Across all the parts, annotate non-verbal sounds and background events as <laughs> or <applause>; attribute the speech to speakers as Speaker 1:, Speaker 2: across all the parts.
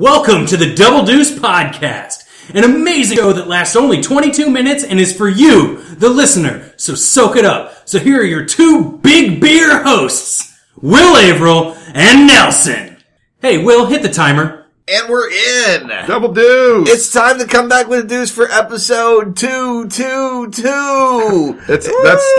Speaker 1: Welcome to the Double Deuce Podcast, an amazing show that lasts only 22 minutes and is for you, the listener. So soak it up. So here are your two big beer hosts, Will Averill and Nelson. Hey, Will, hit the timer.
Speaker 2: And we're in.
Speaker 3: Double do. It's,
Speaker 2: It's time to come back with a deuce for episode two, two, two.
Speaker 3: <laughs> that's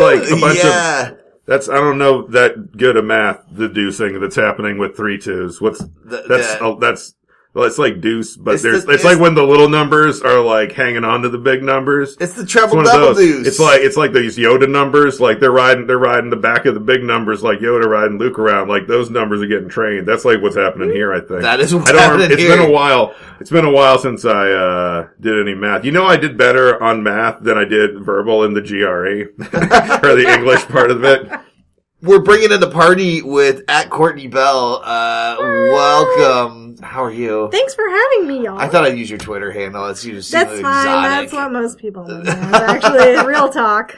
Speaker 3: like a bunch
Speaker 2: yeah.
Speaker 3: of that's I don't know that good a math the do thing that's happening with three twos. What's that's
Speaker 2: the-
Speaker 3: oh, that's well, it's like deuce, but
Speaker 2: It's
Speaker 3: there's
Speaker 2: the-
Speaker 3: it's,
Speaker 2: it's-
Speaker 3: like when the little numbers are like hanging on to the big numbers.
Speaker 2: It's the
Speaker 3: It's
Speaker 2: treble
Speaker 3: one of
Speaker 2: double
Speaker 3: those.
Speaker 2: deuce.
Speaker 3: It's like it's like these Yoda numbers. Like they're riding they're riding the back of the big numbers, like Yoda riding Luke around. Like those numbers are getting trained. That's like what's happening here. I think
Speaker 2: Hmm. That is what's
Speaker 3: I don't.
Speaker 2: happening
Speaker 3: It's
Speaker 2: here.
Speaker 3: been a while. It's been a while since I uh, did any math. You know, I did better on math than I did verbal in the GRE <laughs> or the English part
Speaker 2: <laughs>
Speaker 3: of it.
Speaker 2: we're bringing in the party with at Courtney Bell. Uh, welcome. How are you?
Speaker 4: Thanks for having me, y'all.
Speaker 2: I thought I'd use your Twitter handle. It's you just seem
Speaker 4: That's fine.
Speaker 2: exotic.
Speaker 4: That's what
Speaker 2: <laughs>
Speaker 4: most people would do. Actually, real talk.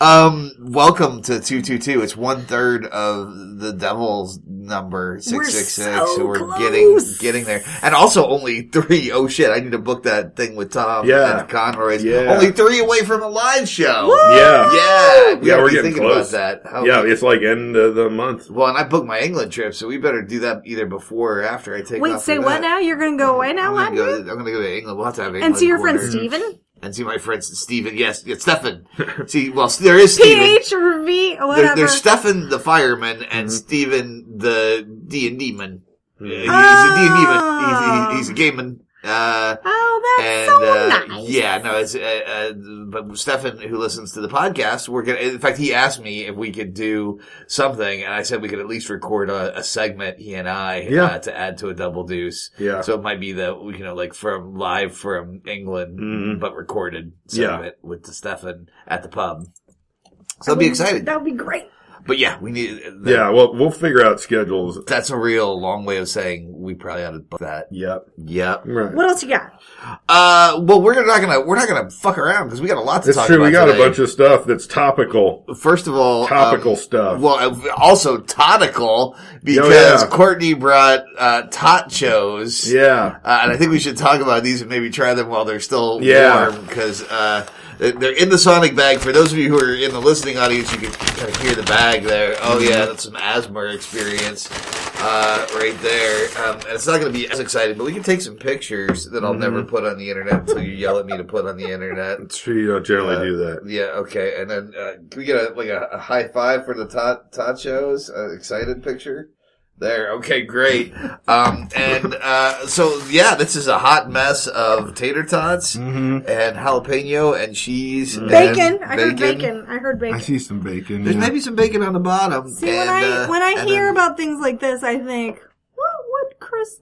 Speaker 2: Um, welcome to two two two. It's one third of the devil's number
Speaker 4: We're
Speaker 2: six six six.
Speaker 4: so
Speaker 2: So we're
Speaker 4: close.
Speaker 2: getting getting there, and also only three. Oh shit! I need to book that thing with Tom
Speaker 3: Yeah.
Speaker 2: and Conroy's.
Speaker 3: Yeah.
Speaker 2: Only three away from a live show.
Speaker 3: Yeah,
Speaker 2: Yeah, we
Speaker 3: Yeah,
Speaker 2: have
Speaker 3: we're
Speaker 2: to
Speaker 3: getting
Speaker 2: think
Speaker 3: close.
Speaker 2: about that. How-
Speaker 3: yeah. It's like end of the month.
Speaker 2: well, and I booked my England trip, so we better do that either before or after I take.
Speaker 4: Wait,
Speaker 2: off
Speaker 4: say
Speaker 2: for
Speaker 4: what
Speaker 2: that.
Speaker 4: now? You're gonna go away now,
Speaker 2: I'm gonna,
Speaker 4: aren't
Speaker 2: go,
Speaker 4: you?
Speaker 2: I'm gonna go to England. We'll have to have England
Speaker 4: And see your friend
Speaker 2: corner.
Speaker 4: Steven?
Speaker 2: and see my friend Stephen. Yes, yeah,
Speaker 3: <laughs>
Speaker 2: Stefan. see, well, there is Stephen.
Speaker 4: PH or V,
Speaker 2: There,
Speaker 4: whatever.
Speaker 2: there's Stefan the fireman
Speaker 3: Mm-hmm.
Speaker 2: and Steven the D and D man. Uh, He's a D and D man. He's, he's, he's a gay man. Uh,
Speaker 4: oh,
Speaker 2: and
Speaker 4: that's so
Speaker 2: uh,
Speaker 4: nice.
Speaker 2: yeah, no, it's uh, uh, but Stefan who listens to the podcast. We're gonna. In fact, he asked me if we could do something, and I said we could at least record a, a segment. He and I,
Speaker 3: Yeah.
Speaker 2: uh, to add to a double deuce.
Speaker 3: Yeah.
Speaker 2: So it might be the you know like from live from England,
Speaker 3: Mhm.
Speaker 2: but recorded
Speaker 3: Yeah.
Speaker 2: segment with the Stefan at the pub. So I'll be excited.
Speaker 4: That would be great.
Speaker 2: But yeah, we need.
Speaker 3: Yeah. Well, we'll figure out schedules.
Speaker 2: That's a real long way of saying we probably ought to book that.
Speaker 3: Yep.
Speaker 2: Yep.
Speaker 3: Right.
Speaker 4: What else you got?
Speaker 2: Uh, well, we're not gonna we're not gonna fuck around because we got a lot to
Speaker 3: It's
Speaker 2: talk
Speaker 3: true.
Speaker 2: about.
Speaker 3: We got
Speaker 2: today.
Speaker 3: a bunch of stuff that's topical.
Speaker 2: First of all,
Speaker 3: Topical
Speaker 2: um,
Speaker 3: stuff. Oh,
Speaker 2: Well, uh, also topical because
Speaker 3: yeah.
Speaker 2: Courtney brought uh, tachos.
Speaker 3: Yeah.
Speaker 2: Uh, and I think we should talk about these and maybe try them while they're still
Speaker 3: Yeah.
Speaker 2: warm because uh, they're- they're in the sonic bag. For those of you who are in the listening audience, you can kind of hear the bag there. Oh yeah, that's some asthma experience uh, right there. Um, and it's not going to be as exciting, but we can take some pictures that I'll never put on the internet until you yell at me to put on the internet.
Speaker 3: You don't generally
Speaker 2: Uh,
Speaker 3: do that.
Speaker 2: Yeah, okay. And then uh, can we get a, like a, a high five for the ta- tachos? Uh, excited picture. There. Okay, great. Um, and uh, so yeah, this is a hot mess of tater tots
Speaker 3: Mm-hmm.
Speaker 4: mm-hmm.
Speaker 2: and jalapeno and cheese,
Speaker 4: Bacon.
Speaker 2: and
Speaker 4: I heard bacon. I heard bacon.
Speaker 3: see some bacon.
Speaker 2: There's maybe some bacon on the bottom.
Speaker 4: See, when
Speaker 2: and,
Speaker 4: I
Speaker 2: uh,
Speaker 4: when I
Speaker 2: and
Speaker 4: hear
Speaker 2: then-
Speaker 4: about things like this, I think, what would Chris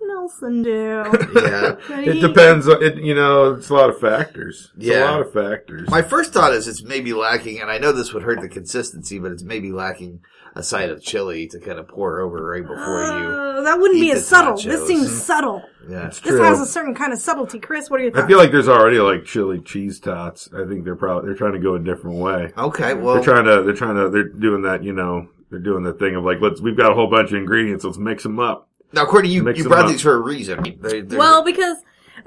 Speaker 2: <laughs>
Speaker 4: Nelson do?
Speaker 2: yeah.
Speaker 4: Could
Speaker 3: It
Speaker 4: he-
Speaker 3: depends. on- It you know, it's a lot of factors. It's
Speaker 2: Yeah.
Speaker 3: a lot of factors.
Speaker 2: My first thought is it's maybe lacking, and I know this would hurt the consistency, but it's maybe lacking a side of chili to kind of pour over right before you.
Speaker 4: Uh, that wouldn't
Speaker 2: eat
Speaker 4: be
Speaker 2: the
Speaker 4: as subtle. This
Speaker 2: nachos.
Speaker 4: seems subtle.
Speaker 2: Yeah.
Speaker 4: This
Speaker 3: True.
Speaker 4: has a certain kind of subtlety. Chris, what are your thoughts?
Speaker 3: I feel like there's already like chili cheese tots. I think they're probably they're trying to go a different way.
Speaker 2: Okay, well,
Speaker 4: Oh.
Speaker 3: They're trying to they're trying to they're doing that. You know, they're doing the thing of like let's we've got a whole bunch of ingredients. Let's mix them up.
Speaker 2: Now, Courtney, you,
Speaker 3: Mix
Speaker 2: you
Speaker 3: them
Speaker 2: brought
Speaker 3: up.
Speaker 2: these for a reason. They, they're-
Speaker 4: Well, because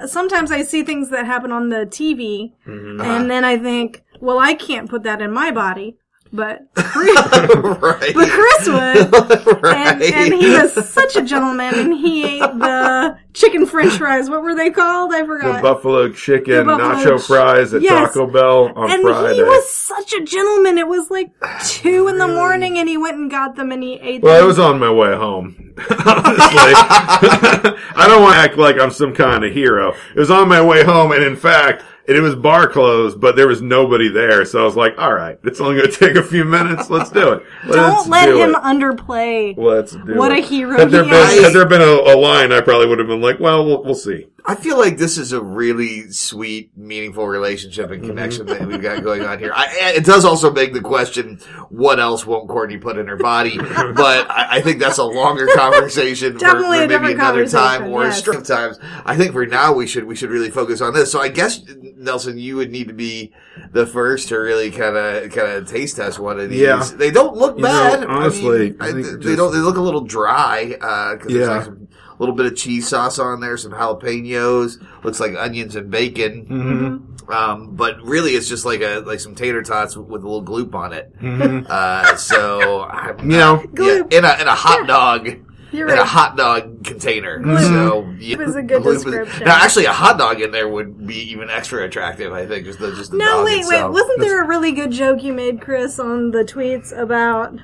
Speaker 4: sometimes I see things that happen on the TV,
Speaker 3: Mm-hmm. Uh-huh.
Speaker 4: and then I think, well, I can't put that in my body, but
Speaker 2: <laughs> right,
Speaker 4: but
Speaker 3: <laughs>
Speaker 4: Chris would. And,
Speaker 2: right.
Speaker 4: <laughs> and he was such a gentleman, and he ate the chicken French fries. What were they called? I
Speaker 3: The
Speaker 4: forgot.
Speaker 3: buffalo chicken
Speaker 4: The buffalo
Speaker 3: nacho
Speaker 4: ch-
Speaker 3: fries at
Speaker 4: Yes.
Speaker 3: Taco Bell on
Speaker 4: and
Speaker 3: Friday.
Speaker 4: he was such a gentleman. It was
Speaker 3: <sighs>
Speaker 4: like two in the morning, and he went and got them, and he ate
Speaker 3: Well,
Speaker 4: them.
Speaker 3: I was on my way home. <laughs> Honestly, I don't want to act like I'm some kind of hero. It was on my way home, and in fact, it was bar closed, but there was nobody there. So I was like, "All right, it's only going to <laughs> take a few minutes. Let's do it." Let's
Speaker 4: Don't let
Speaker 3: do
Speaker 4: him
Speaker 3: it.
Speaker 4: underplay.
Speaker 3: Let's do
Speaker 4: What
Speaker 3: it.
Speaker 4: a hero
Speaker 3: Had there
Speaker 4: he
Speaker 3: been,
Speaker 2: is.
Speaker 3: had there been a, a line, I probably would have been like, "Well, we'll, we'll see."
Speaker 2: I feel like this is a really sweet, meaningful relationship
Speaker 3: Mm-hmm.
Speaker 2: and connection that we've got going on here. I, I- it does also beg the question: What else won't Courtney put in her body? But I, I think that's a
Speaker 3: <laughs>
Speaker 2: longer conversation, for-
Speaker 4: Definitely
Speaker 2: for, maybe
Speaker 4: a different
Speaker 2: another time
Speaker 4: conversation,
Speaker 2: or
Speaker 4: yes.
Speaker 2: strip times. I think for now we should we should really focus on this. So I guess Nelson, you would need to be the first to really kind of kind of taste test one of these.
Speaker 3: Yeah.
Speaker 2: They don't look
Speaker 3: You know,
Speaker 2: bad. I mean,
Speaker 3: honestly, I
Speaker 2: I-
Speaker 3: think
Speaker 2: they
Speaker 3: just-
Speaker 2: don't. They look a little dry because
Speaker 3: Yeah.
Speaker 2: there's like some little bit of cheese sauce on there, some jalapenos. Looks like onions and bacon.
Speaker 3: Mm-hmm.
Speaker 2: Um, but really, it's just like a like some tater tots with a little gloop on it.
Speaker 3: Mm-hmm.
Speaker 2: Uh, so I'm
Speaker 3: <laughs> You know,
Speaker 2: yeah,
Speaker 4: Gloop.
Speaker 2: in a in a hot dog.
Speaker 4: You're
Speaker 2: in a
Speaker 4: right.
Speaker 2: hot dog container. So yeah,
Speaker 4: is a good
Speaker 2: gloop is-
Speaker 4: description.
Speaker 2: Now, actually, a hot dog in there would be even extra attractive. I think just the just the
Speaker 4: No,
Speaker 2: dog
Speaker 4: wait, wait.
Speaker 2: itself.
Speaker 4: Wasn't there a really good joke you made, Chris, on the tweets about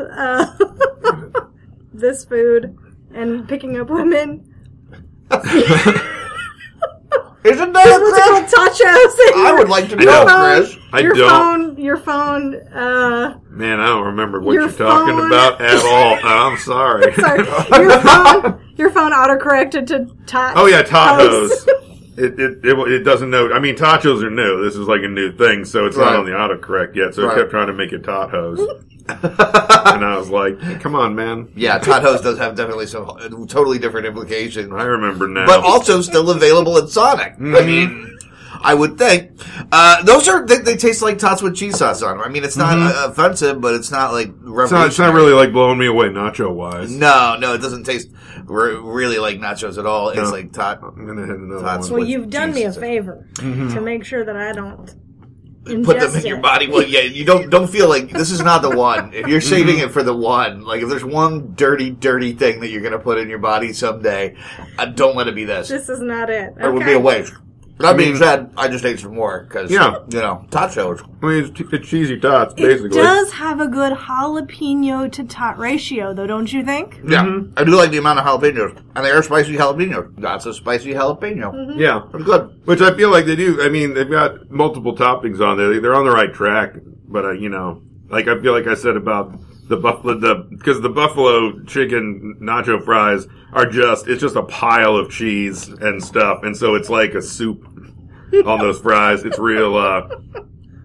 Speaker 4: uh, <laughs> this food and picking up women?
Speaker 2: Isn't that
Speaker 4: What's it called? Tachos.
Speaker 2: I would like to
Speaker 3: I
Speaker 2: know,
Speaker 3: know.
Speaker 2: Chris.
Speaker 3: I
Speaker 4: your
Speaker 3: don't.
Speaker 4: phone. Your phone. Uh,
Speaker 3: man, I don't remember what
Speaker 4: Your
Speaker 3: you're talking
Speaker 4: phone.
Speaker 3: about at
Speaker 4: <laughs>
Speaker 3: all. I'm sorry. <laughs>
Speaker 4: sorry.
Speaker 2: <laughs>
Speaker 4: your phone. Your phone autocorrected to tachos.
Speaker 3: Oh yeah, tacos.
Speaker 2: <laughs>
Speaker 3: It, it, it it doesn't know. I mean, tachos are new. This is like a new thing, so it's
Speaker 2: Right.
Speaker 3: not on the autocorrect yet. So
Speaker 2: Right.
Speaker 3: it kept trying to make
Speaker 2: <laughs>
Speaker 3: it tacos, and I was like, "Come on, man!
Speaker 2: Yeah, Todd Hose does have definitely some a totally different implication,
Speaker 3: I remember now."
Speaker 2: but also still available in Sonic. I
Speaker 3: Mm-hmm.
Speaker 2: mean, <laughs> I would think uh, those are they, they taste like tots with cheese sauce on them. I mean, it's not uh, offensive, but it's not like revolutionary.
Speaker 3: Mm-hmm. it's not, it's not really like blowing me away, nacho wise.
Speaker 2: No, no, it doesn't taste re- really like nachos at all. It's
Speaker 3: No.
Speaker 2: like tot.
Speaker 3: I'm gonna hit another
Speaker 2: That's
Speaker 3: one.
Speaker 4: Well,
Speaker 2: with
Speaker 4: you've done me a
Speaker 2: Jesus.
Speaker 4: favor to make sure that I don't ingest
Speaker 2: Mm-hmm. Put them in
Speaker 4: it.
Speaker 2: your body. Well, yeah, you don't don't feel like this is not the one. If
Speaker 3: Mm-hmm.
Speaker 2: you're saving it for the one, like if there's one dirty, dirty thing that you're gonna put in your body someday, uh, don't let it be this.
Speaker 4: This is not it.
Speaker 2: It would be a waste. That being said, I just ate some more because
Speaker 3: Yeah.
Speaker 2: you know tachos.
Speaker 3: I mean, it's, it's cheesy tots,
Speaker 4: It
Speaker 3: basically.
Speaker 4: does have a good jalapeno to tot ratio, though, don't you think?
Speaker 2: Yeah, I do like the amount of jalapenos, and they are spicy jalapenos. That's a spicy jalapeno.
Speaker 4: Mm-hmm.
Speaker 3: Yeah,
Speaker 2: Pretty good.
Speaker 3: which I feel like they do. I mean, they've got multiple toppings on there. They're on the right track, but uh, you know, like I feel like I said about the buffalo, the because the buffalo chicken nacho fries are just it's just a pile of cheese and stuff, and so it's like a soup on those fries. It's real. uh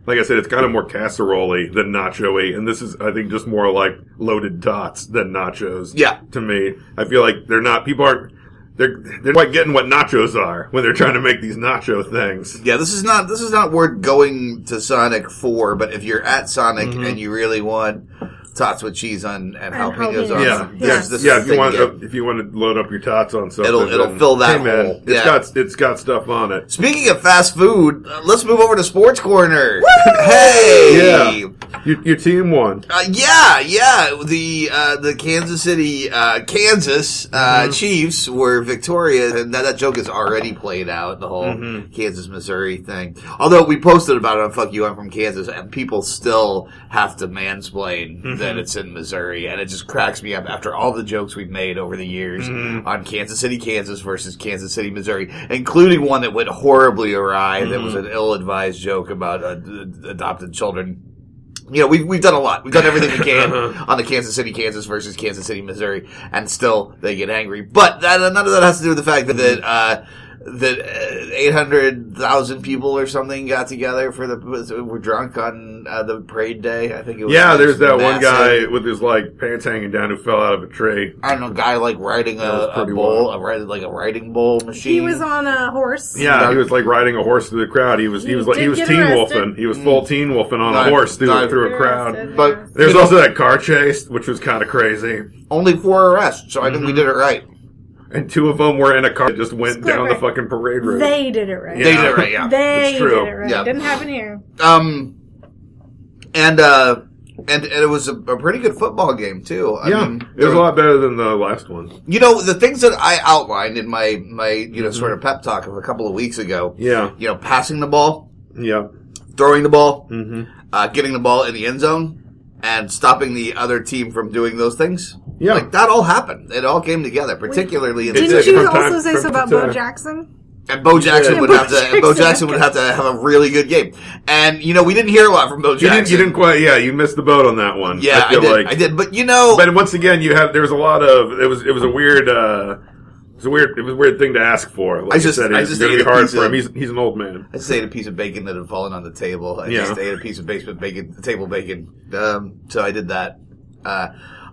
Speaker 3: like I said, it's kind of more casserole than nacho-y, and this is, I think, just more like loaded tots than nachos.
Speaker 2: Yeah.
Speaker 3: To me, I feel like they're not. People aren't. They're they're quite getting what nachos are when they're trying to make these nacho things.
Speaker 2: Yeah, this is not this is not worth going to Sonic for, but if you're at Sonic and you really want tots with cheese on and jalapenos
Speaker 4: jalapenos.
Speaker 2: on,
Speaker 3: Yeah,
Speaker 2: them,
Speaker 4: Yeah.
Speaker 2: there's this
Speaker 3: yeah. If
Speaker 2: thing
Speaker 3: you want,
Speaker 2: to get.
Speaker 3: if you want to load up your tots on something,
Speaker 2: It'll- it'll
Speaker 3: then-
Speaker 2: fill that
Speaker 3: hey, man,
Speaker 2: hole.
Speaker 3: It's
Speaker 2: Yeah.
Speaker 3: got it's got stuff on it.
Speaker 2: Speaking of fast food, uh, let's move over to Sports Corner. Hey,
Speaker 3: Yeah, your, your team won.
Speaker 2: Uh, yeah, yeah. The uh, the Kansas City uh, Kansas uh, Chiefs were victorious, and that, that joke is already played out. The whole Kansas Missouri thing. Although we posted about it on "Fuck You," I'm from Kansas, and people still have to mansplain that it's in Missouri, and it just cracks me up after all the jokes we've made over the years on Kansas City, Kansas versus Kansas City, Missouri, including one that went horribly awry. That was an ill-advised joke about uh, d- d- adopted children you know, we've, we've done a lot. We've done everything we
Speaker 3: <laughs>
Speaker 2: can on the Kansas City, Kansas versus Kansas City, Missouri, and still they get angry. But that, none of that has to do with the fact that,
Speaker 3: Mm-hmm.
Speaker 2: that, uh, that uh, 800,000 people or something got together for the, were drunk on uh, the parade day. I think it was.
Speaker 3: Yeah,
Speaker 2: like
Speaker 3: there's that
Speaker 2: massive-
Speaker 3: one guy with his like pants hanging down who fell out of a tree.
Speaker 2: I don't know, guy like riding a,
Speaker 3: That was
Speaker 2: a
Speaker 3: pretty
Speaker 2: bowl,
Speaker 3: wild.
Speaker 2: a, ri- like a riding bowl machine.
Speaker 4: He was on a horse.
Speaker 3: Yeah, he was like riding a horse through the crowd. He was he,
Speaker 4: He
Speaker 3: was like he
Speaker 4: did
Speaker 3: was
Speaker 4: get
Speaker 3: teen
Speaker 4: arrested.
Speaker 3: wolfing. He was full teen wolfing on
Speaker 2: Nice.
Speaker 3: a horse through
Speaker 2: Nice.
Speaker 3: through a crowd.
Speaker 4: Arrested,
Speaker 2: Mm. But-
Speaker 4: yeah.
Speaker 3: There's also that car chase, which was kind of crazy,
Speaker 2: Only four arrests, so I
Speaker 3: Mm-hmm.
Speaker 2: think we did it right.
Speaker 3: and two of them were in a car that just went down the fucking parade route.
Speaker 4: They did it right.
Speaker 2: They did it right, yeah.
Speaker 4: They
Speaker 3: It's true.
Speaker 4: did it right.
Speaker 2: Yeah.
Speaker 4: Didn't happen here.
Speaker 2: Um, and uh, and, and it was a, a pretty good football game too. I
Speaker 3: yeah,
Speaker 2: mean,
Speaker 3: it was a lot better than the last one.
Speaker 2: You know, the things that I outlined in my my you know sort of pep talk of a couple of weeks ago.
Speaker 3: Mm-hmm. Yeah,
Speaker 2: You know, passing the ball,
Speaker 3: yeah,
Speaker 2: throwing the ball,
Speaker 3: Mm-hmm.
Speaker 2: uh, getting the ball in the end zone, and stopping the other team from doing those things.
Speaker 3: Yeah.
Speaker 2: like that all happened. It all came together, particularly in the
Speaker 4: Didn't
Speaker 3: did.
Speaker 4: you
Speaker 3: From time-
Speaker 4: also say
Speaker 3: from
Speaker 4: so about
Speaker 3: time.
Speaker 4: Bo Jackson?
Speaker 2: And Bo Jackson
Speaker 4: Yeah,
Speaker 2: would
Speaker 4: Bo
Speaker 2: have to. and Bo
Speaker 4: Jackson.
Speaker 2: Jackson would have to have a really good game. And you know, we didn't hear a lot from Bo
Speaker 3: you
Speaker 2: Jackson.
Speaker 3: didn't, you didn't quite. Yeah, you missed the boat on that one.
Speaker 2: yeah, I,
Speaker 3: feel
Speaker 2: did.
Speaker 3: like.
Speaker 2: I did. But you know,
Speaker 3: But once again, you have there was a lot of it was it was a weird. uh it was a weird, it was a weird thing to ask for. Like
Speaker 2: I just-
Speaker 3: said,
Speaker 2: I
Speaker 3: it's
Speaker 2: just
Speaker 3: going
Speaker 2: ate
Speaker 3: to
Speaker 2: a
Speaker 3: be hard
Speaker 2: piece
Speaker 3: for
Speaker 2: of-
Speaker 3: him. He's, he's an old man.
Speaker 2: I just ate a piece of bacon that had fallen on the table. I
Speaker 3: Yeah.
Speaker 2: just ate a piece of basement bacon, table bacon. Um, so I did that. Uh,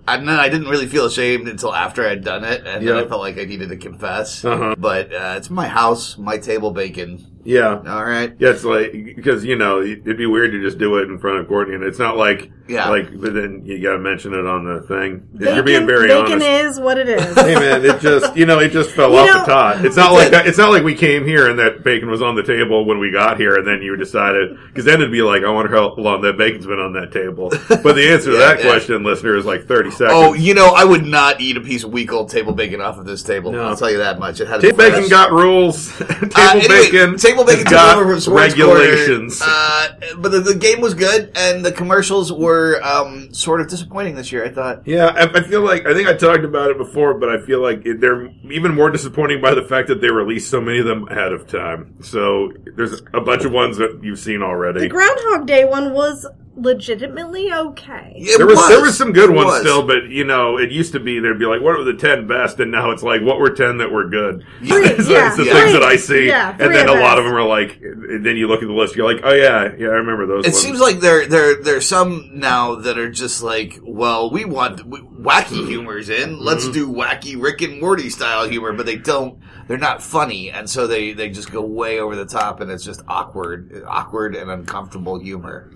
Speaker 2: and then I didn't really feel ashamed until after I'd done it, and then I
Speaker 3: Yep.
Speaker 2: felt like I needed to confess.
Speaker 3: Uh-huh.
Speaker 2: But uh, it's my house, my table bacon.
Speaker 3: Yeah.
Speaker 2: All right.
Speaker 3: Yeah, it's like because you know it'd be weird to just do it in front of Courtney, and it's not like
Speaker 2: Yeah.
Speaker 3: like. But then you got to mention it on the thing.
Speaker 4: Bacon,
Speaker 3: You're being very
Speaker 4: bacon
Speaker 3: honest.
Speaker 4: is what it is.
Speaker 3: <laughs> hey man, it just you know it just fell
Speaker 4: You
Speaker 3: off
Speaker 4: know-
Speaker 3: the top. It's not like it's not like we came here and that bacon was on the table when we got here, and then you decided because then it'd be like I wonder how long that bacon's been on that table. But the answer
Speaker 2: <laughs>
Speaker 3: to
Speaker 2: Yeah,
Speaker 3: that
Speaker 2: yeah.
Speaker 3: question, listener, is like thirty seconds.
Speaker 2: Oh, you know, I would not eat a piece of week old table bacon off of this table.
Speaker 3: No.
Speaker 2: I'll tell you that much. It had to
Speaker 3: table
Speaker 2: be
Speaker 3: bacon
Speaker 2: fresh.
Speaker 3: got rules. <laughs> table
Speaker 2: Uh, anyway,
Speaker 3: bacon.
Speaker 2: Table bacon
Speaker 3: has
Speaker 2: took
Speaker 3: got
Speaker 2: over from Sports Corner.
Speaker 3: regulations.
Speaker 2: Uh, but the, the game was good, and the commercials were um, sort of disappointing this year. I thought.
Speaker 3: Yeah, I, I feel like I think I talked about it before, but I feel like it, they're even more disappointing by the fact that they released so many of them ahead of time. So there's a bunch of ones that you've seen
Speaker 4: The
Speaker 3: already.
Speaker 4: Groundhog Day one was legitimately okay.
Speaker 2: It
Speaker 3: there was, there
Speaker 2: was.
Speaker 3: was some good
Speaker 2: It
Speaker 3: ones
Speaker 2: was.
Speaker 3: still, but you know it used to be there'd be like what were the ten best, and now it's like what were ten that were good.
Speaker 2: Three,
Speaker 3: <laughs> It's
Speaker 4: yeah,
Speaker 3: the
Speaker 2: yeah.
Speaker 3: things that I see,
Speaker 4: Yeah,
Speaker 3: and then
Speaker 4: three
Speaker 3: a
Speaker 4: of
Speaker 3: lot
Speaker 4: us.
Speaker 3: of them are like. And then you look at the list, you're like, oh yeah, yeah, I remember those.
Speaker 2: It
Speaker 3: ones.
Speaker 2: seems like there there there are some now that are just like, well, we want w
Speaker 3: Mm-hmm.
Speaker 2: wacky humors in. Let's do wacky Rick and Morty style humor, but they don't. They're not funny, and so they they just go way over the top, and it's just awkward, awkward and uncomfortable humor.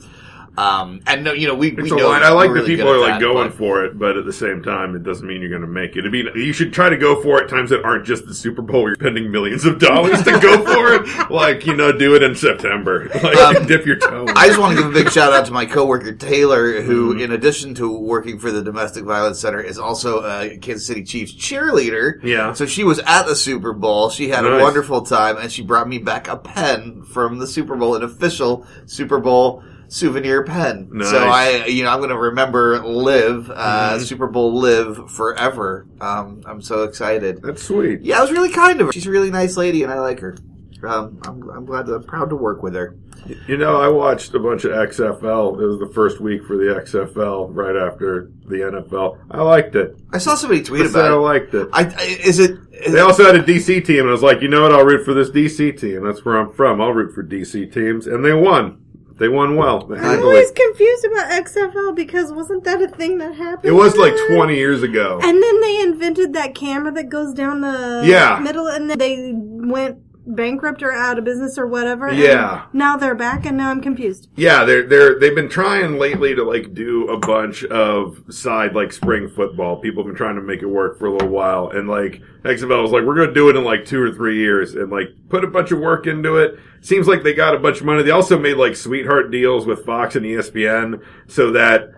Speaker 2: Um, and no, you know, we
Speaker 3: It's
Speaker 2: we
Speaker 3: a
Speaker 2: know
Speaker 3: line. I
Speaker 2: we're
Speaker 3: like that
Speaker 2: really
Speaker 3: people
Speaker 2: good
Speaker 3: are
Speaker 2: at that,
Speaker 3: like going
Speaker 2: but-
Speaker 3: for it, but at the same time, it doesn't mean you're going to make it. I mean, you should try to go for it times that aren't just the Super Bowl. Where you're spending millions of dollars to go for
Speaker 2: <laughs>
Speaker 3: it. Like you know, do it in September. <laughs> Like dip your toe. in.
Speaker 2: Um, I just want to give a big shout out to my coworker Taylor, who, in addition to working for the Domestic Violence Center, is also a Kansas City Chiefs cheerleader.
Speaker 3: Yeah.
Speaker 2: So she was at the Super Bowl. She had
Speaker 3: Nice.
Speaker 2: a wonderful time, and she brought me back a pen from the Super Bowl, an official Super Bowl souvenir pen.
Speaker 3: Nice. Mm-hmm.
Speaker 2: So I, you know, I'm going to remember live uh, Super Bowl live forever. Um, I'm so excited.
Speaker 3: That's sweet.
Speaker 2: Yeah, it was really kind of her. She's a really nice lady, and I like her. Um, I'm, I'm glad, to, proud to work with her.
Speaker 3: You know, I watched a bunch of XFL. It was the first week for the XFL, right after the NFL. I liked it.
Speaker 2: I saw somebody tweet
Speaker 3: I
Speaker 2: about
Speaker 3: said I
Speaker 2: it.
Speaker 3: liked it.
Speaker 2: I, I is it? Is
Speaker 3: They also had a DC team, and I was like, you know what? I'll root for this DC team. That's where I'm from. I'll root for DC teams, and they won. They won well. They
Speaker 4: I'm
Speaker 3: handily.
Speaker 4: always confused about XFL because wasn't that a thing that happened?
Speaker 3: It was like 20 years ago.
Speaker 4: And then they invented that camera that goes down the
Speaker 3: Yeah.
Speaker 4: middle, and then they went bankrupt or out of business or whatever. and
Speaker 3: Yeah.
Speaker 4: now they're back, and now I'm confused.
Speaker 3: Yeah, they're they're they've been trying lately to like do a bunch of side like spring football. People have been trying to make it work for a little while, and like XFL was like, we're gonna do it in like two or three years, and like put a bunch of work into it. Seems like they got a bunch of money. They also made like sweetheart deals with Fox and E ESPN so that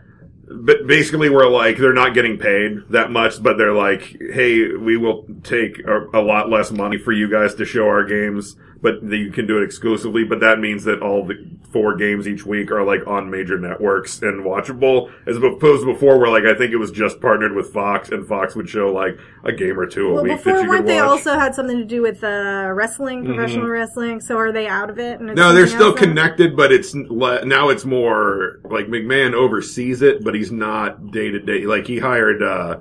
Speaker 3: but basically we're like they're not getting paid that much but they're like hey we will take a, a lot less money for you guys to show our games but that you can do it exclusively but that means that all the four games each week are like on major networks and watchable as opposed to before where like i think it was just partnered with fox and fox would show like a game or two a
Speaker 4: Well,
Speaker 3: week that
Speaker 4: before
Speaker 3: you could
Speaker 4: weren't they
Speaker 3: watch Mm-hmm.
Speaker 4: also had something to do with uh, wrestling, professional wrestling? So are they out of it? And it's
Speaker 3: no, they're
Speaker 4: something
Speaker 3: still
Speaker 4: else now?
Speaker 3: connected, but it's le- now it's more like McMahon oversees it, but he's not day to day. Like he hired uh,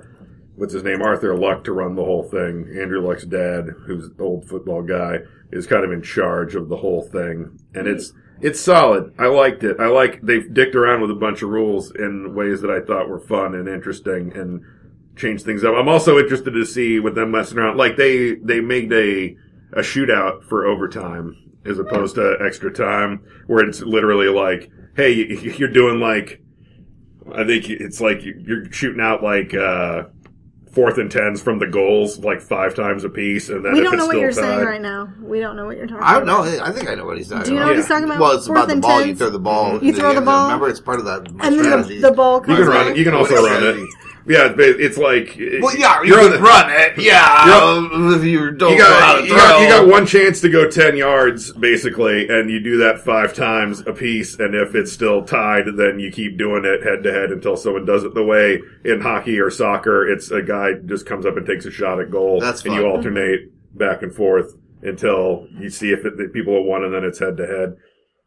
Speaker 3: what's his name, Arthur Luck, to run the whole thing. Andrew Luck's dad, who's the old football guy, is kind of in charge of the whole thing, and it's it's solid. I liked it. I like they've dicked around with a bunch of rules in ways that I thought were fun and interesting, and change things up. I'm also interested to see with them messing around. Like they they made a a shootout for overtime as opposed to extra time, where it's literally like, hey, y- y- you're doing like, I think it's like you- you're shooting out like uh fourth and tens from the goals like five times a piece, and then
Speaker 4: We
Speaker 3: if
Speaker 4: don't
Speaker 3: it's
Speaker 4: know what
Speaker 3: still
Speaker 4: you're
Speaker 3: tied,
Speaker 4: saying right now. We don't know what you're talking.
Speaker 2: I don't
Speaker 4: about.
Speaker 2: know. I think I know what he's talking
Speaker 4: Do you know
Speaker 2: about.
Speaker 4: what he's talking about?
Speaker 2: Well, it's
Speaker 4: Fourth
Speaker 2: about the
Speaker 4: and
Speaker 2: ball.
Speaker 4: tens?
Speaker 2: You throw the ball.
Speaker 4: You throw the ball.
Speaker 2: Remember, it's part of that.
Speaker 4: And then
Speaker 2: strategy.
Speaker 4: the, the ball
Speaker 3: You
Speaker 4: comes
Speaker 3: can
Speaker 4: back.
Speaker 3: run it. You can also run it. Yeah, but it's like it-
Speaker 2: Well, yeah, you
Speaker 3: you're on
Speaker 2: can
Speaker 3: the-
Speaker 2: run it.
Speaker 3: <laughs>
Speaker 2: Yeah,
Speaker 3: You're-
Speaker 2: um, if you don't
Speaker 3: you
Speaker 2: know how
Speaker 3: got,
Speaker 2: to
Speaker 3: you, got,
Speaker 2: throw.
Speaker 3: you got one chance to go 10 yards basically and you do that five times a piece and if it's still tied then you keep doing it head to head until someone does it the way in hockey or soccer it's a guy just comes up and takes a shot at goal
Speaker 2: That's
Speaker 3: and you
Speaker 2: fun.
Speaker 3: alternate back and forth until you see if it, the people are one and then it's head to head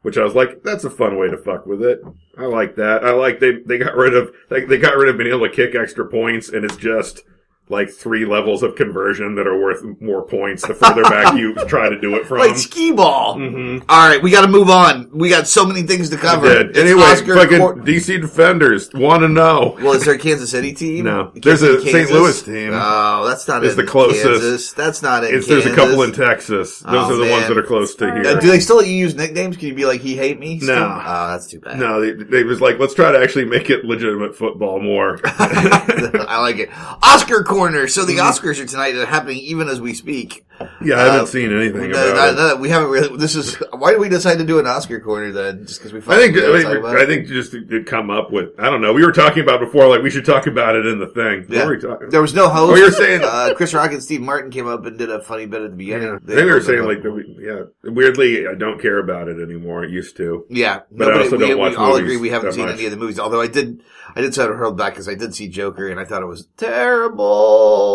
Speaker 3: which I was like, that's a fun way to fuck with it. I like that. I like they they got rid of like they got rid of being able to kick extra points, and it's just like three levels of conversion that are worth more points the further
Speaker 2: <laughs>
Speaker 3: back you try to do it from.
Speaker 2: Like skee ball.
Speaker 3: Mm-hmm.
Speaker 2: All right, we got to move on. We got so many things to cover.
Speaker 3: Dead.
Speaker 2: It's
Speaker 3: Anyway,
Speaker 2: Oscar
Speaker 3: fucking
Speaker 2: Cor-
Speaker 3: DC Defenders want to know.
Speaker 2: well, is there a Kansas City team?
Speaker 3: No.
Speaker 2: It can't
Speaker 3: There's
Speaker 2: be
Speaker 3: a St.
Speaker 2: Kansas.
Speaker 3: Louis team.
Speaker 2: Oh, that's not
Speaker 3: It's
Speaker 2: in
Speaker 3: the closest.
Speaker 2: Kansas. That's not in
Speaker 3: It's, there's a
Speaker 2: Kansas.
Speaker 3: couple in Texas. Those
Speaker 2: Oh,
Speaker 3: are the ones
Speaker 2: man.
Speaker 3: that are close to
Speaker 2: Uh,
Speaker 3: here.
Speaker 2: do they still let you use nicknames? Can you be like, he hate me? still?
Speaker 3: No.
Speaker 2: Oh, that's too bad.
Speaker 3: No, they, they was like, let's try to actually make it legitimate
Speaker 2: <laughs>
Speaker 3: football more.
Speaker 2: I like it. Oscar corner. So the
Speaker 3: Mm-hmm.
Speaker 2: Oscars are tonight. They're happening even as we speak.
Speaker 3: yeah, I
Speaker 2: Uh,
Speaker 3: haven't seen
Speaker 2: No,
Speaker 3: anything about
Speaker 2: no, no,
Speaker 3: it.
Speaker 2: we haven't really. This is why did we decide to do an Oscar corner then? Just because we.
Speaker 3: I
Speaker 2: fucking
Speaker 3: think
Speaker 2: know
Speaker 3: I
Speaker 2: what
Speaker 3: think,
Speaker 2: to talk
Speaker 3: I think just to- to come up with I don't know. We were talking about before like we should talk about it in the thing.
Speaker 2: Yeah.
Speaker 3: What were we talking?
Speaker 2: There was no host.
Speaker 3: Oh, you were saying-
Speaker 2: uh, Chris Rock and Steve Martin came up and did a funny bit at the beginning.
Speaker 3: yeah. I
Speaker 2: They-
Speaker 3: think we were saying like that we- yeah. Weirdly, I don't care about it anymore. I used to.
Speaker 2: Yeah,
Speaker 3: But I also
Speaker 2: we,
Speaker 3: don't
Speaker 2: we
Speaker 3: watch
Speaker 2: all
Speaker 3: movies
Speaker 2: agree we haven't
Speaker 3: that
Speaker 2: seen
Speaker 3: much.
Speaker 2: any of the movies. Although I did, I did sort of hurl back because I did see Joker and I thought it was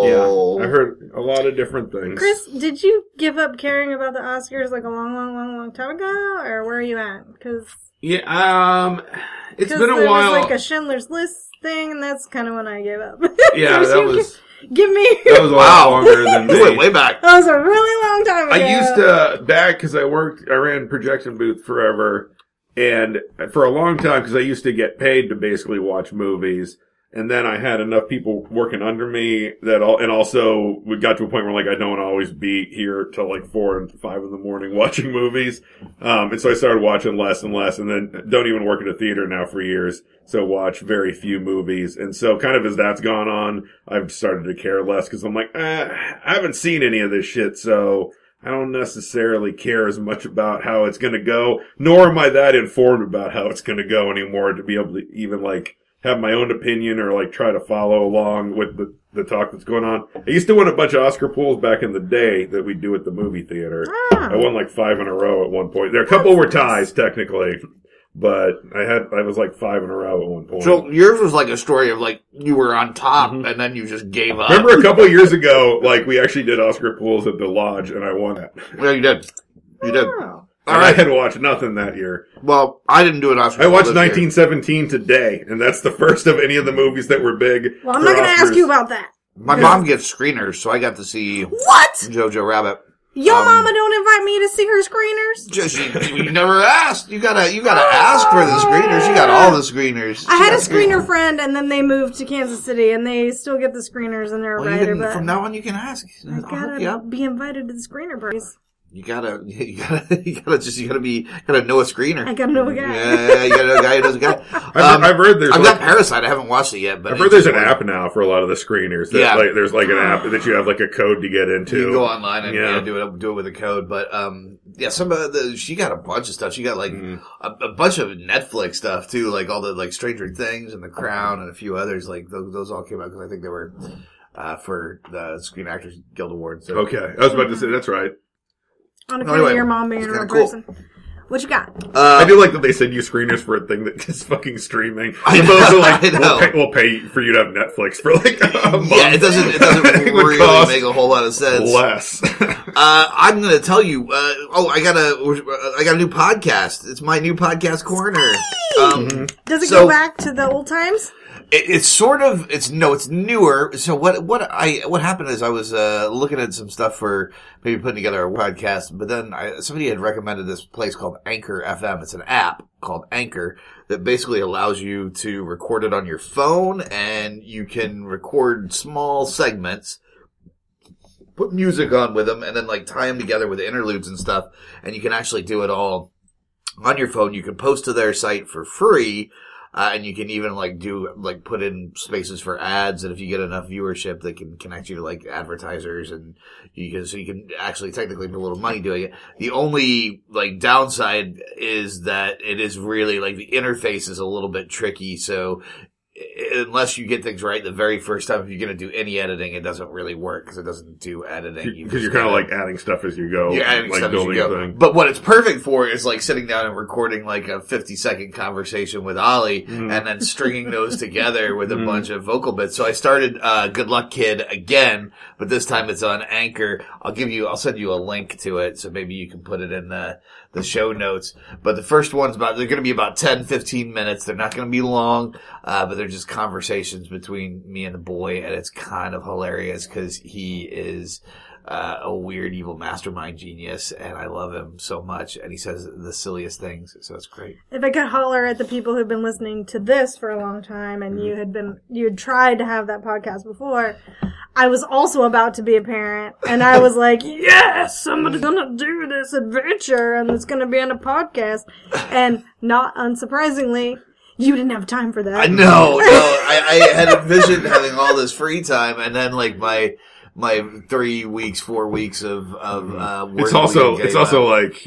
Speaker 2: terrible.
Speaker 3: I heard a lot of different things.
Speaker 4: Chris, did you give up caring about the Oscars like a long, long, long, long time ago, or where are you at? Because
Speaker 3: yeah, um, it's
Speaker 4: there
Speaker 3: been a while.
Speaker 4: was like a Schindler's List thing, and that's kind of when I gave up. <laughs>
Speaker 3: yeah,
Speaker 4: So
Speaker 3: that
Speaker 4: you
Speaker 3: was
Speaker 4: gi- give me.
Speaker 3: that was a
Speaker 2: Wow.
Speaker 3: lot longer than
Speaker 2: You went
Speaker 3: me.
Speaker 2: way back.
Speaker 4: <laughs> that was a really long time ago.
Speaker 3: I used to back because I worked. I ran projection booth forever, and for a long time because I used to get paid to basically watch movies. And then I had enough people working under me that all, and also we got to a point where like I don't always be here till like four and five in the morning <laughs> watching movies. Um, and so I started watching less and less and then don't even work at a theater now for years. So watch very few movies. And so kind of as that's gone on, I've started to care less because I'm like, eh, I haven't seen any of this shit. So I don't necessarily care as much about how it's going to go, nor am I that informed about how it's going to go anymore to be able to even like have my own opinion or like try to follow along with the, the talk that's going on. I used to win a bunch of Oscar pools back in the day that we do at the movie theater.
Speaker 4: Oh,
Speaker 3: I won like five in a row at one point. There a couple were ties technically, but I had I was like five in a row at one point.
Speaker 2: So yours was like a story of like you were on top and then you just gave up.
Speaker 3: Mm-hmm. Remember a couple years ago, like we actually did Oscar pools at the lodge, and I won it.
Speaker 2: Yeah, you did. You did.
Speaker 4: Oh.
Speaker 2: All
Speaker 3: And I
Speaker 2: right.
Speaker 3: had watched nothing that year.
Speaker 2: Well, I didn't do an Oscar.
Speaker 3: I watched
Speaker 2: this year.
Speaker 3: 1917 today, and that's the first of any of the movies that were big.
Speaker 4: Well, I'm
Speaker 3: for
Speaker 4: not going to ask
Speaker 3: Oscars.
Speaker 4: you about that.
Speaker 2: My mom gets screeners, so I got to see
Speaker 4: What?
Speaker 2: Jojo Rabbit.
Speaker 4: Your
Speaker 2: Um,
Speaker 4: mama don't invite me to see her screeners.
Speaker 2: Just you, you never asked. You gotta you gotta ask for the screeners. You got all the screeners.
Speaker 4: I
Speaker 2: She
Speaker 4: had a
Speaker 2: got
Speaker 4: screener friend, and then they moved to Kansas City, and they still get the screeners, and they're a
Speaker 2: Well, you
Speaker 4: writer.
Speaker 2: can,
Speaker 4: But
Speaker 2: from now on, you can ask. I'll
Speaker 4: I
Speaker 2: help
Speaker 4: gotta
Speaker 2: you up.
Speaker 4: be invited to the screener parties.
Speaker 2: You gotta <laughs> you gotta you gotta just you gotta be you gotta know a screener.
Speaker 4: I gotta know a guy.
Speaker 2: Yeah, yeah, you gotta know a guy who knows a guy.
Speaker 3: <laughs> I've,
Speaker 2: Um,
Speaker 3: I've heard there's
Speaker 2: I've
Speaker 3: like,
Speaker 2: got Parasite. I haven't watched it yet, but
Speaker 3: I've heard
Speaker 2: it's
Speaker 3: there's
Speaker 2: just
Speaker 3: an
Speaker 2: one-
Speaker 3: app now for a lot of the screeners. That,
Speaker 2: Yeah.
Speaker 3: like
Speaker 2: <sighs>
Speaker 3: there's like an app that you have like a code to get into.
Speaker 2: You can go online and
Speaker 3: Yeah.
Speaker 2: yeah, do it do it with a code, but um, yeah, some of the she got a bunch of stuff. She got
Speaker 3: Mm-hmm.
Speaker 2: like a, a bunch of Netflix stuff too, like all the like Stranger Things and The Crown and a few others. Like those, those all came out because I think they were uh, for the Screen Actors Guild Awards. So.
Speaker 3: Okay, I was about to say that's right.
Speaker 4: On
Speaker 2: No,
Speaker 4: account
Speaker 2: anyway,
Speaker 4: of your mom being
Speaker 2: it's
Speaker 4: a
Speaker 2: kinda
Speaker 4: real
Speaker 2: cool.
Speaker 4: person. What you got?
Speaker 3: I
Speaker 2: Uh,
Speaker 3: do like that they send you screeners for a thing that is fucking streaming.
Speaker 2: <laughs> I
Speaker 3: As opposed to,
Speaker 2: know,
Speaker 3: like,
Speaker 2: I know.
Speaker 3: We'll, pay, we'll pay for you to have Netflix for like a month.
Speaker 2: <laughs> yeah, it doesn't it doesn't
Speaker 3: <laughs> It would
Speaker 2: really
Speaker 3: cost
Speaker 2: make a whole lot of sense. <laughs>
Speaker 3: less. <laughs>
Speaker 2: Uh, I'm gonna tell you. Uh, oh, I got a I got a new podcast. It's my new podcast corner. Um,
Speaker 4: Does it
Speaker 2: So-
Speaker 4: go back to the old times?
Speaker 2: It, it's sort of it's no, it's newer. So what what I what happened is I was uh, looking at some stuff for maybe putting together a podcast, but then I, somebody had recommended this place called Anchor FM. It's an app called Anchor that basically allows you to record it on your phone, and you can record small segments put music on with them and then like tie them together with interludes and stuff and you can actually do it all on your phone you can post to their site for free uh, and you can even like do like put in spaces for ads and if you get enough viewership they can connect you to like advertisers and you can so you can actually technically make a little money doing it the only like downside is that it is really like the interface is a little bit tricky so unless you get things right the very first time, if you're going to do any editing, it doesn't really work because it doesn't do editing. You just
Speaker 3: Because you're kind of
Speaker 2: gotta-
Speaker 3: like adding stuff as you go.
Speaker 2: you're adding
Speaker 3: like
Speaker 2: stuff as you
Speaker 3: building
Speaker 2: go.
Speaker 3: thing.
Speaker 2: But what it's perfect for is like sitting down and recording like a 50 second conversation with Ollie
Speaker 3: Mm-hmm.
Speaker 2: and then stringing
Speaker 3: <laughs>
Speaker 2: those together with a bunch of vocal bits. So I started, uh, Good Luck Kid again, but this time it's on Anchor. I'll give you, I'll send you a link to it. So maybe you can put it in the, the show notes. But the first one's about, they're going to be about 10, 15 minutes. They're not going to be long, uh, but they're just conversations between me and the boy, and it's kind of hilarious because he is uh, a weird, evil mastermind genius, and I love him so much. And he says the silliest things, so it's great.
Speaker 4: If I could holler at the people who've been listening to this for a long time and
Speaker 2: Mm-hmm.
Speaker 4: you had been, you had tried to have that podcast before, I was also about to be a parent and I was like, <laughs> yes, I'm gonna do this adventure and it's gonna be on a podcast. And not unsurprisingly, you didn't have time for
Speaker 2: I
Speaker 4: that.
Speaker 2: know. No, I, I had envisioned having all this free time, and then like my my three weeks, four weeks of of uh, work
Speaker 3: It's also
Speaker 2: week
Speaker 3: it's
Speaker 2: came
Speaker 3: also
Speaker 2: up.
Speaker 3: like <laughs>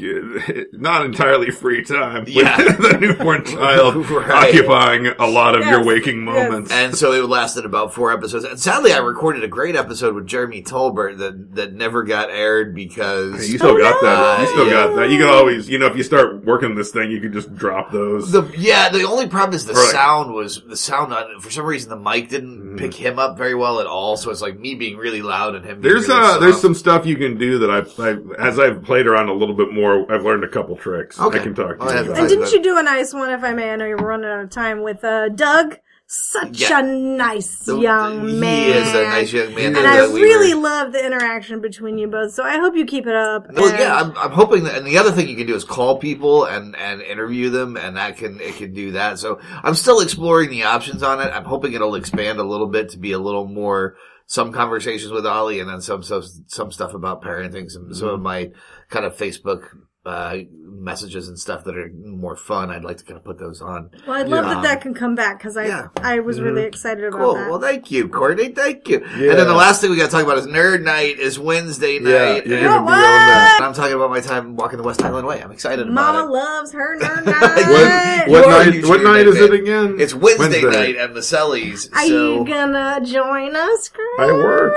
Speaker 3: uh, not entirely free time. with
Speaker 2: Yeah.
Speaker 3: <laughs> the
Speaker 2: <laughs>
Speaker 3: newborn child
Speaker 2: Right.
Speaker 3: occupying a lot of your
Speaker 4: Yes,
Speaker 3: waking
Speaker 4: yes.
Speaker 3: moments.
Speaker 2: and so it lasted about four episodes. And sadly, I recorded a great episode with Jeremy Tolbert that that never got aired because
Speaker 3: You still
Speaker 4: Oh,
Speaker 3: got that.
Speaker 2: no.
Speaker 3: You still
Speaker 2: Uh,
Speaker 3: got that. You can always, you know, if you start working this thing, you can just drop those.
Speaker 2: The, yeah, the only problem is the
Speaker 3: Right. Hmm.
Speaker 2: sound was the sound on for some reason the mic didn't pick him up very well at all. So it's like me being really loud and him. Being
Speaker 3: there's
Speaker 2: really
Speaker 3: uh, there's
Speaker 2: soft.
Speaker 3: some stuff you can do that I've, I've as I've played around a little bit more. I've learned a couple tricks.
Speaker 2: Okay.
Speaker 3: I can talk.
Speaker 2: I'll
Speaker 3: to
Speaker 2: have to-
Speaker 3: you about.
Speaker 4: And didn't you do a nice one, if I may? I know you're running out of time with, uh, Doug. Such
Speaker 2: Yeah.
Speaker 4: a nice
Speaker 2: The-
Speaker 4: young man.
Speaker 2: He is a nice young man.
Speaker 4: And
Speaker 2: that-
Speaker 4: I
Speaker 2: that we
Speaker 4: really
Speaker 2: were-
Speaker 4: love the interaction between you both, so I hope you keep it up.
Speaker 2: Well,
Speaker 4: and-
Speaker 2: yeah, I'm, I'm hoping that. And the other thing you can do is call people and and interview them, and that can it can do that. So I'm still exploring the options on it. I'm hoping it'll expand a little bit to be a little more some conversations with Ollie, and then some stuff some stuff about parenting, some some
Speaker 3: Mm-hmm.
Speaker 2: of my kind of Facebook. Uh, messages and stuff that are more fun. I'd like to kind of put those on.
Speaker 4: well, I love
Speaker 2: Yeah.
Speaker 4: that that can come back because I
Speaker 2: Yeah.
Speaker 4: I was really
Speaker 3: Mm-hmm.
Speaker 4: excited about
Speaker 2: Cool.
Speaker 4: that.
Speaker 2: Well, thank you, Courtney. Thank you. And then the last thing we got to talk about is Nerd Night is Wednesday
Speaker 3: Yeah,
Speaker 2: night.
Speaker 3: you're
Speaker 2: And
Speaker 3: gonna be on that.
Speaker 2: I'm talking about my time walking the West Island Way. I'm excited about
Speaker 4: Mama
Speaker 2: it. <laughs>
Speaker 4: loves her nerd
Speaker 3: <laughs>
Speaker 2: What-
Speaker 4: night.
Speaker 2: You
Speaker 3: What
Speaker 2: are
Speaker 3: night?
Speaker 2: usually
Speaker 3: What night is
Speaker 2: that
Speaker 3: it
Speaker 2: big.
Speaker 3: again?
Speaker 2: It's Wednesday, night at Maselli's.
Speaker 4: Are
Speaker 2: So
Speaker 4: you gonna join us, Chris?
Speaker 3: I work.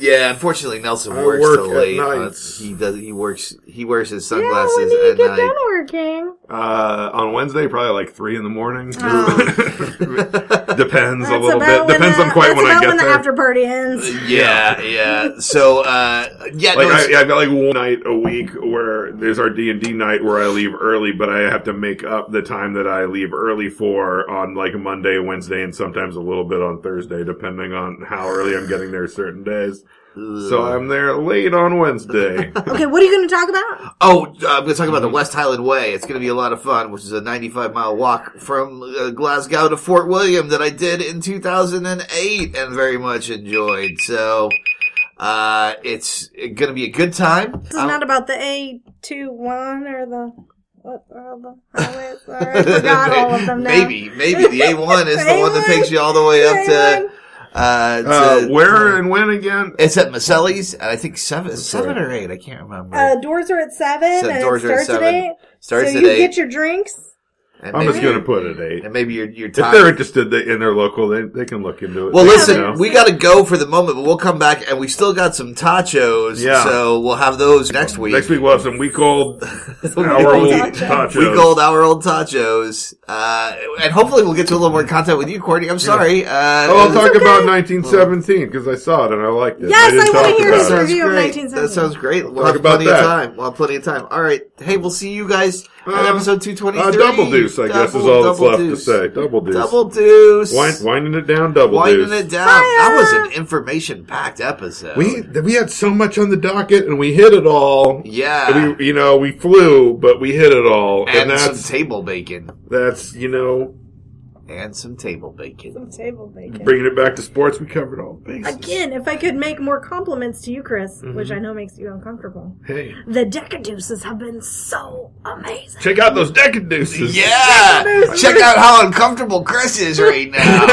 Speaker 2: yeah, unfortunately Nelson
Speaker 3: I
Speaker 2: works
Speaker 3: work
Speaker 2: till
Speaker 3: at
Speaker 2: late.
Speaker 3: nights.
Speaker 2: Uh, he does. He works. He wears his
Speaker 4: Yeah, when
Speaker 2: sunglasses
Speaker 4: do you
Speaker 2: at
Speaker 4: get
Speaker 2: night.
Speaker 4: done working?
Speaker 3: Uh, on Wednesday, probably like three in the morning. <laughs> Depends a
Speaker 4: That's
Speaker 3: little
Speaker 4: about
Speaker 3: bit. Depends
Speaker 4: when
Speaker 3: on
Speaker 4: the,
Speaker 3: quite
Speaker 4: that's
Speaker 3: when I
Speaker 4: about
Speaker 3: get
Speaker 4: when the
Speaker 3: there.
Speaker 4: after
Speaker 2: <laughs>
Speaker 4: party ends.
Speaker 2: Yeah, yeah. So uh, yeah,
Speaker 3: like
Speaker 2: no, it's-
Speaker 3: I, I've got like one night a week where there's our D and D night where I leave early, but I have to make up the time that I leave early for on like Monday, Wednesday, and sometimes a little bit on Thursday, depending on how early I'm getting there certain days. So I'm there late
Speaker 2: <laughs>
Speaker 3: on Wednesday. Uh,
Speaker 4: Okay, what are you gonna talk about?
Speaker 2: Oh, uh, I'm going to talk about
Speaker 3: Mhm.
Speaker 2: the West Highland Way. It's going to be a lot of fun, which is a 95 mile walk from uh, Glasgow to Fort William that I did in 2008 and very much enjoyed. So, uh, it's going to be a good time.
Speaker 4: This is
Speaker 2: I'm-
Speaker 4: not about the A two one or the what are the highways? All right, I forgot all
Speaker 2: <laughs>
Speaker 4: of them now.
Speaker 2: Maybe, maybe the A1
Speaker 4: <laughs>
Speaker 2: is the one that takes you all the way up to, uh, to
Speaker 3: uh, where and when again?
Speaker 2: It's at Maselli's, and I think seven, seven or eight. I can't remember.
Speaker 4: Uh, doors are at seven,
Speaker 2: So
Speaker 4: and
Speaker 2: doors
Speaker 4: it
Speaker 2: are at
Speaker 4: starts at,
Speaker 2: seven,
Speaker 4: eight.
Speaker 2: starts
Speaker 4: so
Speaker 2: at
Speaker 4: you
Speaker 2: eight.
Speaker 4: get your drinks.
Speaker 2: and
Speaker 3: I'm just
Speaker 2: maybe-
Speaker 3: gonna put it eight.
Speaker 2: And maybe your your
Speaker 3: If
Speaker 2: time.
Speaker 3: they're interested they- in their local, they, they can look into it.
Speaker 2: Well,
Speaker 3: They
Speaker 2: listen,
Speaker 3: know.
Speaker 2: we got to go for the moment, but we'll come back, and we still got some tachos,
Speaker 3: Yeah.
Speaker 2: so we'll have those next week.
Speaker 3: next week we'll have some week
Speaker 2: <laughs>
Speaker 3: old, hour
Speaker 2: old
Speaker 3: old
Speaker 4: tachos.
Speaker 3: tachos.
Speaker 2: Week old, our old tachos, uh, and hopefully we'll get to a little more content with you, Courtney. I'm sorry. Uh,
Speaker 3: Oh, I'll talk
Speaker 4: okay.
Speaker 3: about 1917 because I saw it and I liked it.
Speaker 4: Yes,
Speaker 3: didn't
Speaker 4: I wanna
Speaker 3: talk
Speaker 4: hear
Speaker 3: about
Speaker 4: this
Speaker 3: it.
Speaker 4: story. review of
Speaker 2: great.
Speaker 4: 1917.
Speaker 2: That sounds great. We'll
Speaker 3: Talk
Speaker 2: have
Speaker 3: about
Speaker 2: plenty of
Speaker 3: that.
Speaker 2: time. We'll have plenty of time. All right. Hey, we'll see you guys on
Speaker 3: Uh,
Speaker 2: episode 223.
Speaker 3: Uh, double deuce, I guess, is
Speaker 2: Double-
Speaker 3: all that's
Speaker 2: double
Speaker 3: left
Speaker 2: deuce.
Speaker 3: to say. Double deuce.
Speaker 2: Double deuce.
Speaker 3: Wind- winding it down, double
Speaker 2: Winding
Speaker 3: deuce.
Speaker 2: it down. That was an information-packed episode.
Speaker 3: We we had so much on the docket and we hit it all.
Speaker 2: Yeah.
Speaker 3: We, you know, we flew, but we hit it all.
Speaker 2: and
Speaker 3: And,
Speaker 2: some
Speaker 3: that's,
Speaker 2: table bacon.
Speaker 3: that's, you know,
Speaker 2: and some table bacon.
Speaker 4: Some table bacon.
Speaker 3: bringing it back to sports, we covered all bases.
Speaker 4: Again, if I could make more compliments to you, Chris,
Speaker 3: Mm-hmm.
Speaker 4: which I know makes you uncomfortable.
Speaker 3: Hey,
Speaker 4: The Decaduces have been so
Speaker 3: <laughs>
Speaker 4: amazing.
Speaker 3: check out those decadeuces. deuces.
Speaker 2: Yeah, check out how uncomfortable Chris is right
Speaker 3: <laughs>
Speaker 2: now.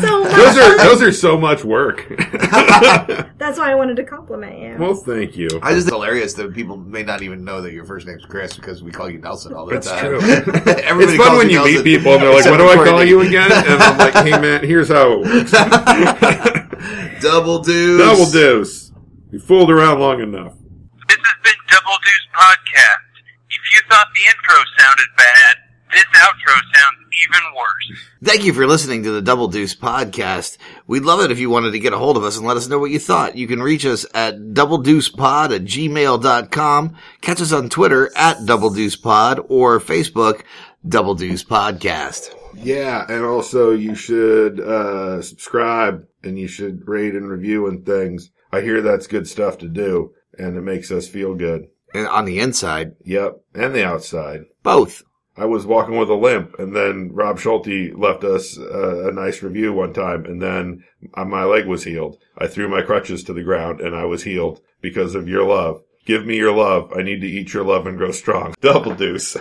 Speaker 4: So
Speaker 3: Those
Speaker 4: much.
Speaker 3: are, those are so much work. <laughs>
Speaker 4: That's why I wanted to compliment you.
Speaker 3: well, thank you.
Speaker 2: I just hilarious that people may not even know that your first name's Chris because we call you Nelson all the
Speaker 3: That's
Speaker 2: time. <laughs>
Speaker 3: true.
Speaker 2: Everybody
Speaker 3: It's fun
Speaker 2: calls
Speaker 3: when you
Speaker 2: Nelson,
Speaker 3: meet people and they're like,
Speaker 2: except
Speaker 3: "What do
Speaker 2: for
Speaker 3: I call
Speaker 2: Courtney."
Speaker 3: you <laughs> again?" And I'm like, "Hey man, here's how it works. <laughs>
Speaker 2: Double deuce.
Speaker 3: Double deuce. You fooled around long enough.
Speaker 5: This has been Double Deuce Podcast. If you thought the intro sounded bad, this outro sounds even worse.
Speaker 2: Thank you for listening to the Double Deuce podcast. We'd love it if you wanted to get a hold of us and let us know what you thought. You can reach us at doubledeucepod at gmail.com. Catch us on Twitter at Double Deuce Pod or Facebook Double Deuce Podcast.
Speaker 3: Yeah, and also you should uh, subscribe and you should rate and review and things. I hear that's good stuff to do, and it makes us feel good.
Speaker 2: And on the inside,
Speaker 3: Yep, and the outside.
Speaker 2: both.
Speaker 3: I was walking with a limp, and then Rob Schulte left us uh, a nice review one time, and then uh, my leg was healed. I threw my crutches to the ground, and I was healed because of your love. Give me your love. I need to eat your love and grow strong. <laughs> Double deuce.